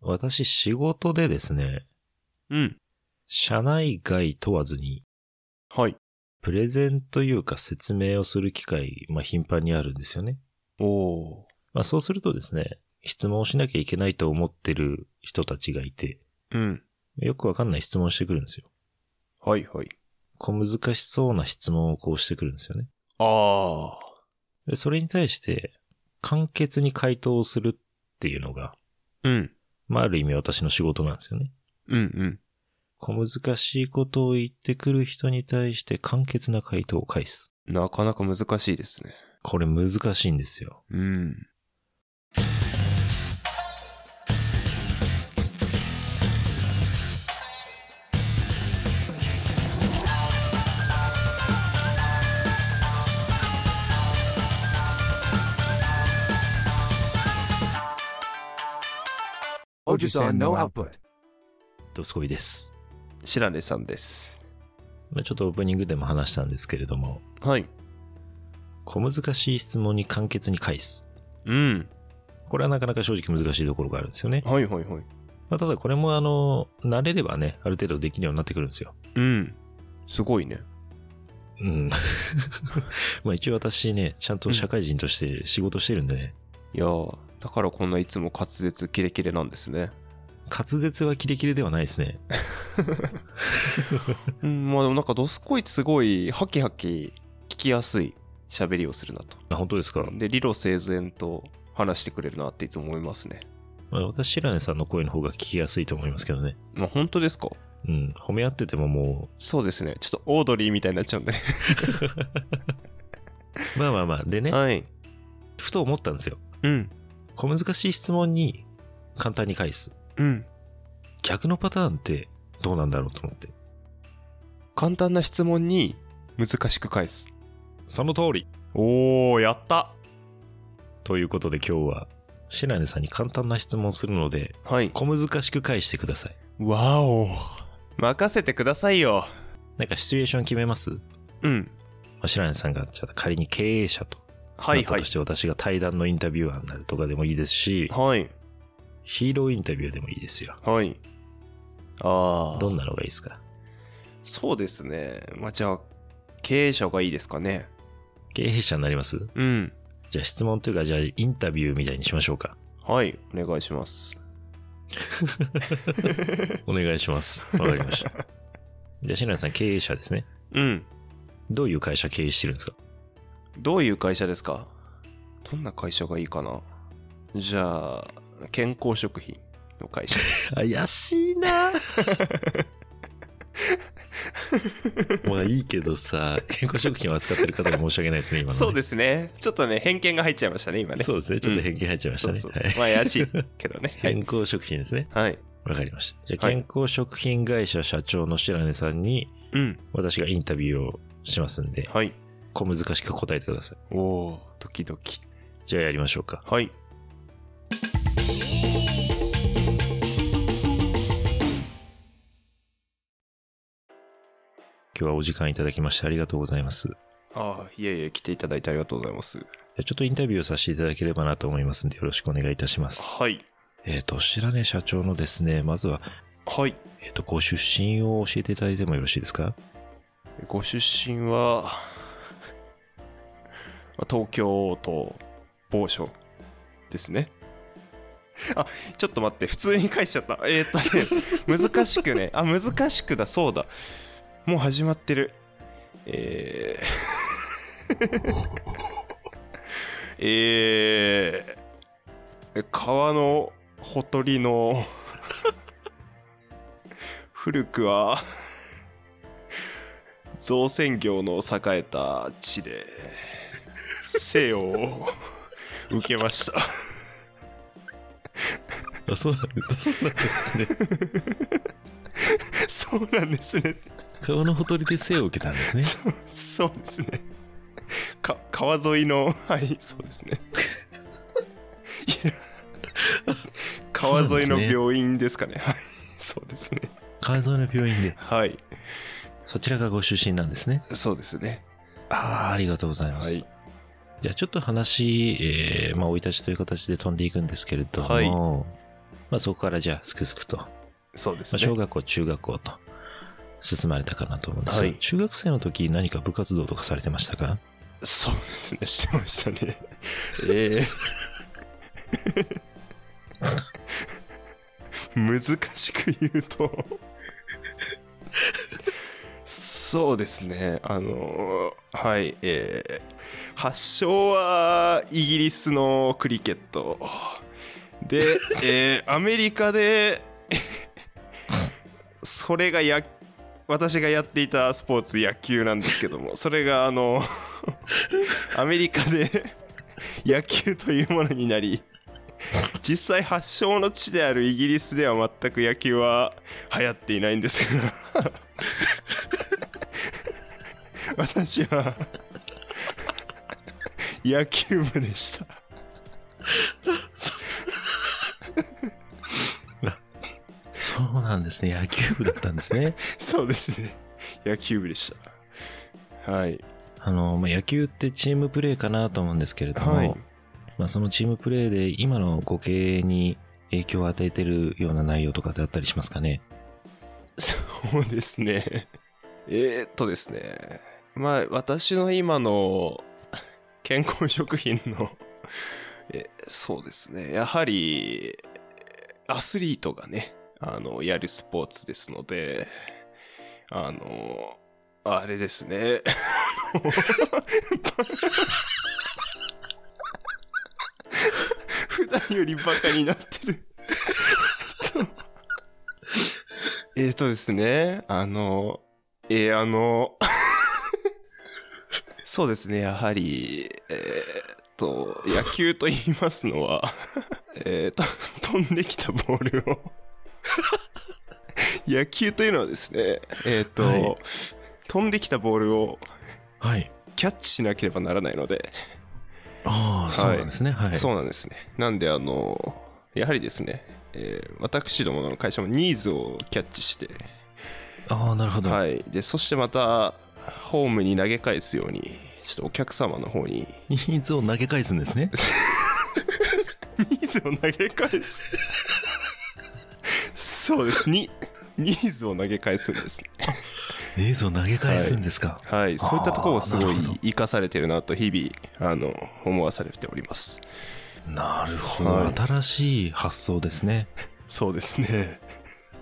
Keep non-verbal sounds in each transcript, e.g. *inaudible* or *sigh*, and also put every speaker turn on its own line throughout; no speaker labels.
私仕事でですね、
うん。
社内外問わずに、
はい。
プレゼンというか説明をする機会、まあ頻繁にあるんですよね。
おー。
まあそうするとですね、質問をしなきゃいけないと思ってる人たちがいて、
うん。
よくわかんない質問をしてくるんですよ。
はいはい。
小難しそうな質問をこうしてくるんですよね。
あ
でそれに対して、簡潔に回答をするっていうのが、
ー。うん。
まあある意味私の仕事なんですよね。
うんうん。
小難しいことを言ってくる人に対して簡潔な回答を返す。
なかなか難しいですね。
これ難しいんですよ。
うん。
Ojisan no output.
ドスコイです。
白根さんです。
まあちょっとオープニングでも話したんですけれども、
はい。
小難しい質問に簡潔に返す。
うん。
これはなかなか正直難しいところがあるんですよね。
はいはいはい。
まあ、ただこれもあの、慣れればね、ある程度できるようになってくるんですよ。
うん。すごいね。
うん。 *laughs* まあ一応私ね、ちゃんと社会人として仕事してるんでね、
いやー、だからこんないつも滑舌キレキレなんです *laughs* ね。
滑舌はキレキレではないですね。
うん、まあでもなんかドスコイすごいハキハキ聞きやすい喋りをするなと。
あ、本当ですか。
で、理路整然と話してくれるなっていつも思いますね。
まあ、私、白根さんの声の方が聞きやすいと思いますけどね。
まあ本当ですか
うん。褒め合っててもも
そうですね。ちょっとオードリーみたいになっちゃうんで。
う、まあまあまあ、でね、
*laughs* はい。
ふと思ったんですよ。
うん。
小難しい質問に簡単に返す。
うん。
逆のパターンってどうなんだろうと思って。
簡単な質問に難しく返す。
その通り
おー、やった
ということで今日は、白根さんに簡単な質問するので、
はい。
小難しく返してください。
わお。任せてくださいよ。
なんかシチュエーション決めますま
うん。
あ白根さんが、じゃあ仮に経営者と。
は
なっ
い
た
はい
とし。て私が対談のインタビュアーになるとかでもいいですし、
はい。
ヒーローインタビューでもいいですよ。
はい。あ
どん
ー。
なのがいいですか
そうですね。まあじゃあ、経営者がいいですかね。
経営者になります
うん。
じゃあ質問というか、じゃあインタビューみたいにしましょうか。
はい。お願いします。
お願いします。わかりま
*laughs*
した。じゃあ、白根さん、経営者ですね。
うん。
どういう会社経営してるんですか
どういう会社ですかどんな会社がいいかなじゃあ、健康食品の会
*laughs*
社。
怪しいなまあいいけどさ、健康食品を扱ってる方が申し訳ないですね、今の、ね。
そうですすね。ちょっとね、偏見が入っちゃいましたね、今ね。
そうですね。ちょっと偏見入っちゃいましたね。
そう
は
そう
い。
そう。まあ、怪しいけどね
健康食品ですね。
はい。はい。
わかりました。じゃあ、
はい
健康食品会社社長の白根さんに、
うん。
私がインタビューをしますんで、
はい。
小難しく答えてください。
おお、ドキドキ。
じゃあやりましょうか。
はい。
今日はお時間いただきましてありがとうございます。
ああ、いえいえ、来ていただいてありがとうございます。
じゃあちょっとインタビューをさせていただければなと思いますんで、よろしくお願いいたします。
はい。
えっ、と、白根社長のですね、まずは、
はい。
えっ、と、ご出身を教えていただいてもよろしいですか
ご出身は、まあ東京都某所ですね。あ、ちょっと待って、普通に返しちゃった。えー、っとね、 *laughs* 難しくね。あ、難しくだ、そうだ。もう始まってる。えー、 *laughs* えー、川のほとりの古くは造船業の栄えた地で生を受けました
*laughs* あ、そうなんです *laughs* ね。
*laughs* そうなんですね
川のほとりで生を受けたん *laughs* ですね。
そうですねか川沿いのはいそうですねいや川沿いの病院ですかねはいそうですね
川沿いの病院で。
はい
そちらがご出身なんですね。
そうですね
ああ、ありがとうございます。
はい
じゃあちょっと話、えー、まあ、生い立ちという形で飛んでいくんですけれども、
はい
ままあそこからじゃあ、すくすくと、ま
そうです
あ、小
ね。
学校、中学校と進まれたかなと思うんですが、
はい
中学生の時何か部活動とかされてましたか
そうですね、してましたね。ええ難しく言うと。そうですね、あのはい、ええ発祥はイギリスのクリケット。で、ええアメリカで、それがや、私がやっていたスポーツ、野球なんですけども、それが、あの、アメリカで *laughs* 野球というものになり実際発祥の地であるイギリスでは全く野球は流行っていないんですが *laughs* 私は *laughs* 野球部でした
そうなんですね。野球部だったんですね。
そうですね野球部でしたはい
あの、まあ、野球ってチームプレーかなと思うんですけれども、
はい
まあ、そのチームプレーで今のご経営に影響を与えてるような内容とかってあったりしますかね
そうですね。えー、っとですね。まあ、私の今の健康食品の、え、そうですね。やはり、アスリートがね、あの、やるスポーツですので、あの、あれですね。普段よりバカになってる。 *laughs* えーとですね、あの、えーあの、 *laughs* そうですね、やはり、えーっと、野球と言いますのは、 *laughs* えーと、飛んできたボールを、 *laughs* 野球というのはですね、えーっと、
はい
飛んできたボールを
はい。
キャッチしなければならないので、
ああ、そうなんですね。はい。
そうなんですね。なんで、あの、やはりですね、えー私どもの会社もニーズをキャッチして、
ああ、なるほど。
はい、でそしてまたホームに投げ返すようにちょっとお客様の方に
ニ *laughs* ーズを投げ返すんです
*laughs*
ね。
ニーズを投げ返す *laughs* そうですにニーズを投げ返すんですね
ニーズを投げ返すんですか。
はいそういったところをすご
あーな
い
るほど
生かされてるなと日々あの思わされております
なるほど、
はい
新しい発想ですね。
そうですね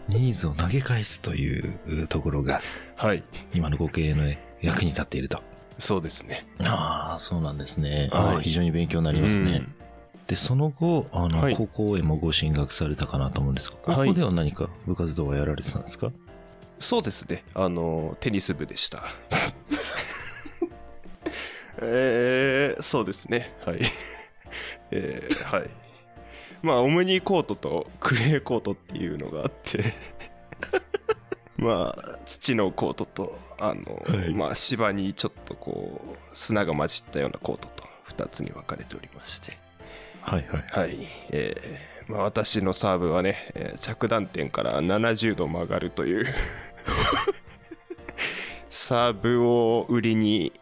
ニーズを投げ返すというところが、
はい
今のご経営の役に立っていると。
そうですね
ああ、そうなんですね。
は
あ
い
ー非常に勉強になりますね。
うん
で、その後、あの、
はい
高校へもご進学されたかなと思うんですが、高
は
校
い
では何か部活動はやられてたんですか、
そうですね。あの、テニス部
*laughs*
でした。えー、そうですね。はい。えー、はい。まあ、オムニコートとクレーコートっていうのがあ
*laughs*
って、まあ、土のコートと、あの、
はい
まあ、芝にちょっとこう、砂が混じったようなコートと、2つに分かれておりまして。
はいはい。
はい、えーまあ、私のサーブはね、えー着弾点から70度曲がるという *laughs* サーブを売りに、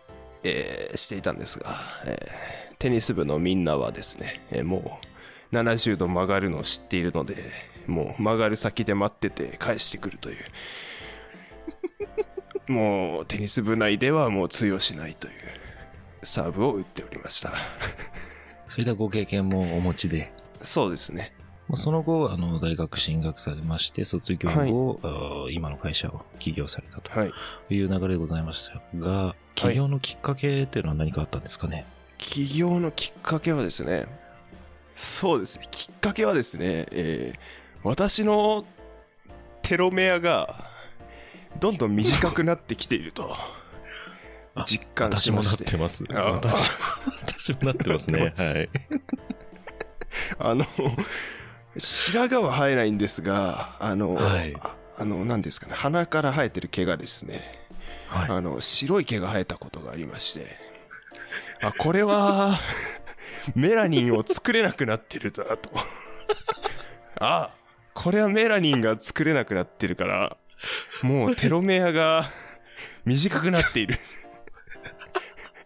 えーしていたんですが、えーテニス部のみんなはですね、えーもう70度曲がるのを知っているのでもう曲がる先で待ってて返してくるという *laughs* もうテニス部内ではもう通用しないというサーブを打っておりました
そういったご経験もお持ちで、
そうですね
まあその後、あの、大学進学されまして、卒業後、あー今の会社を起業されたと
はい
いう流れでございましたが、起業のきっかけっていうのは何かあったんですかね、
起業のきっかけはですねそうですねきっかけはですね、えー私のテロメアがどんどん短くなってきている *laughs* と
あ
実感しまして
ます
あ
私私も *laughs* なってます
*laughs* な
ね
っ。てます
はい。
あの白髪は生えないんですがあの、
はい
ああの何ですかね鼻から生えてる毛がですね
はい。
あの、白い毛が生えたことがありまして、あ、これは、 *laughs* メラニンを作れなくなってるだと。あ、これはメラニンが作れなくなってるから、もうテロメアが短くなっている。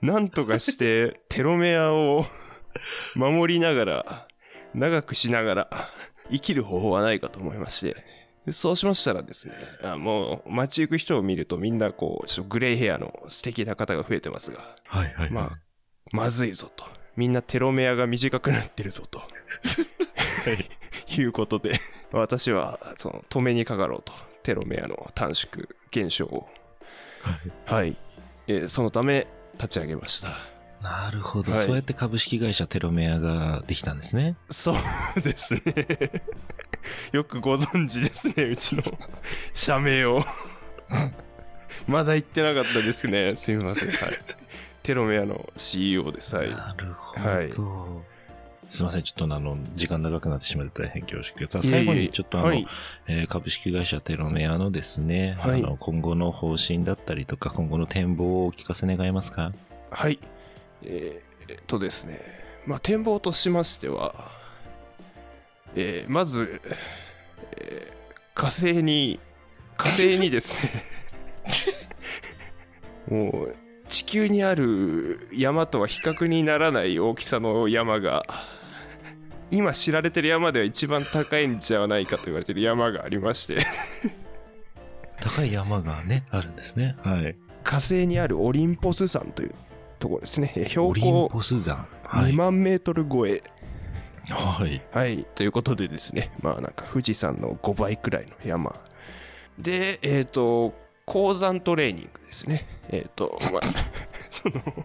なんとかしてテロメアを守りながら、長くしながら、生きる方法はないかと思いまして、でそうしましたらですね、あもう街行く人を見るとみんなこう、ちょっとグレイヘアの素敵な方が増えてますが、
はいはいはい。
まあ、まずいぞと。みんなテロメアが短くなってるぞと。い。うことで、私は、その、止めにかかろうと。テロメアの短縮、減少を。
はい
はい。えーそのため、立ち上げました。
なるほど、
はい
そうやって株式会社テロメアができたんですね。
そうですね。 *laughs* よくご存知ですね、うちの社名を。まだ言ってなかったですね。すみません。はい。テロメアの CEO です。はい。
なるほど。
はい
すいません、ちょっとあの、時間長くなってしまって大変恐縮です。さあ最後
いえいえ
にちょっとあの、
はい
えー株式会社テロメアのですね、
はい
あの今後の方針だったりとか、今後の展望をお聞かせ願えますか
はい。えーえっとですね、まあ、展望としましては、えーまず、えー火星に、火星にです
*laughs*
ね、もう、地球にある山とは比較にならない大きさの山が、今知られてる山では一番高いんじゃないかと言われてる山がありまして、 *laughs*
高い山がね、あるんですね。はい。
火星にあるオリンポス山というところですね。えー
オ
標
リン
高
ポス山。は
2
い。
万メートル超え。
はい。
はい、ということでですね、まあなんか富士山の5倍くらいの山。で、えっ、と、鉱山トレーニングですね。えっ、と、まあ、その、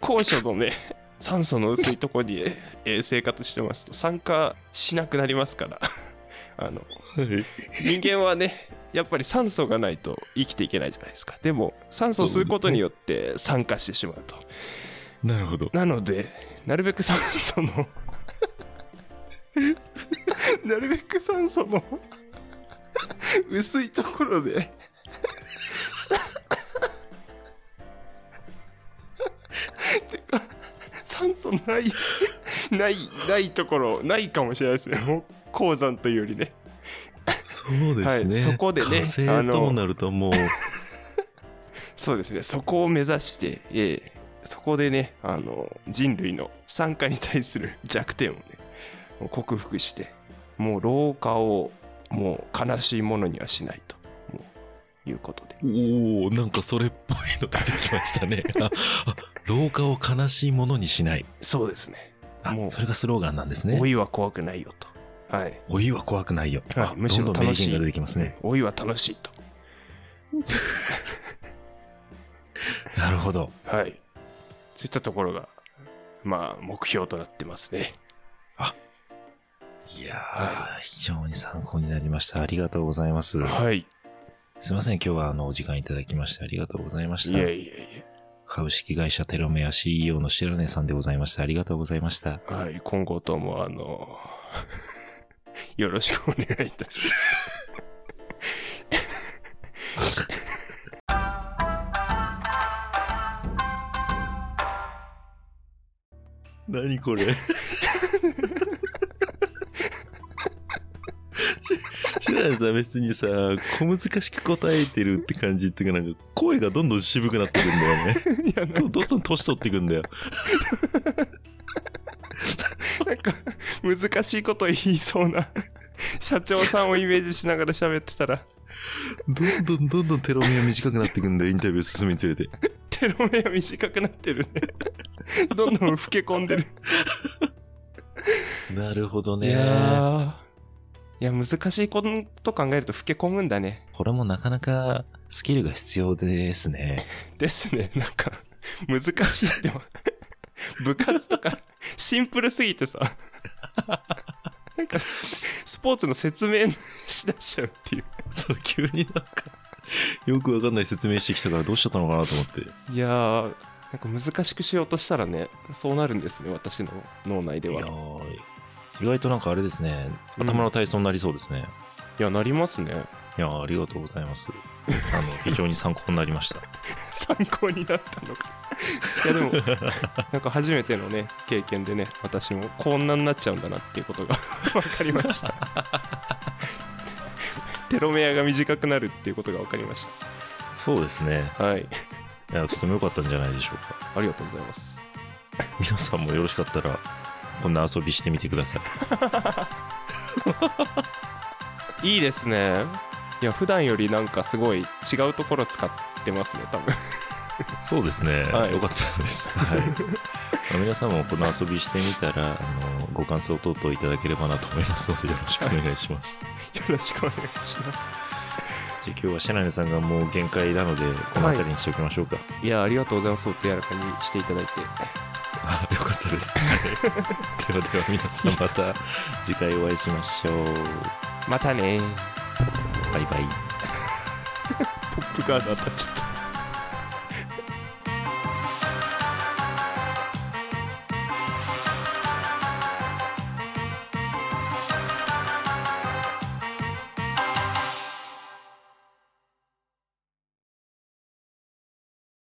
高所のね、酸素の薄いところに、えー生活してますと、酸化しなくなりますから、 *laughs* あの、人間はね、やっぱり酸素がないと生きていけないじゃないですか。でも、酸素を吸うことによって酸化してしまうと。
なるほど。
なので、なるべく酸素の、 *laughs* なるべく酸素の薄いところでてか、酸素ない、ない、ないところ、ないかもしれないですね。もう鉱山というよりね。
そうです
ねはいそこでね火星ともな
るともう、
そうですね、そこを目指して、ええそこでね、あの、人類の酸化に対する *laughs* 弱点をね、もう克服して、もう老化を、もう悲しいものにはしないと、もういうことで。
おおなんかそれっぽいの出てきましたね。あ、あ老化を悲しいものにしない。
そうですね。
あ、
もう
それがスローガンなんですね
老。いは怖くないよと。はい。
お湯は怖くないよ。
はい
あ
むしろ
どんどん名
楽しい
言が出てきますね。
老いは楽しいと。
なるほど。
はい。そういったところが、まあ、目標となってますね。
いやー、
は
非常に参考になりました。ありがとうございます。
はい。
すいません、今日はあの、お時間いただきましてありがとうございまし
いえいえ
た。
いえ。
株式会社テロメア CEO の白根さんでございました。ありがとうございました。
はい、今後とも、あの、 *laughs* よろしくお願いいた *laughs* します。
何 *laughs* これ
白根さん別にさ小難しく答えてるって感じっていうかなんか声がどんどん渋くなってくんだよね
いや、な
どどんどん年取ってくんだよ
なんか、難しいこと言いそうな、社長さんをイメージしながら喋ってたら、
どんどんどんどんテロメア短くなってくんだよインタビュー進むにつれて
テロメア短くなってるね。どんどん老け込んでる。
*laughs* なるほど
い
ね。
やーいや、難しいこと考えると老け込むんだね。
これもなかなかスキルが必要ですね。
ですね、なんか、難しいって。部活とか、シンプルすぎてさ、なんか、スポーツの説明しだしちゃうっていう。
そう急になんかよくわかんない説明してきたからどうしちゃったのかなと思って
いやー、なんか難しくしようとしたらね、そうなるんですね、私の脳内
い
では。
や
いや、
ー意外となんかあれですね、
うん
頭の体操になりそうですね。
なりますね。
いやーありがとうございます。あの、非常に参考になりま
*laughs*
した。
*laughs* 参考になったのか。 *laughs* いや、でも、 *laughs* なんか初めてのね、経験でね、私もこんなになっちゃうんだなっていうことが *laughs* 分かりま *laughs* した。テロメアが短くなるっていうことが分かりまし
そうですね。
た。はい。
いや、とても良かったんじゃないでしょうか。
ありがとうございます。
皆さんもよろしかったら、こんな遊びしてみてください。
いいですねいや普段よりなんかすごい違うところ使ってますね多分
そうですね、
はい
よかった
*laughs*
です。はい。まあ皆さんもこの遊びしてみたら、あのご感想等々いただければなと思いますので、よろしくお願いします。
よろしくお願いします
じゃあ今日はシェナネさんがもう限界なので、この辺りにしておきましょうか。
いやありがとうございますそう手柔らかにしていただいて
あよかったです。
*laughs*
はいではでは皆さんまた次回お会いしましょう。
またね
バイバイ。
ポップカード当たっちゃった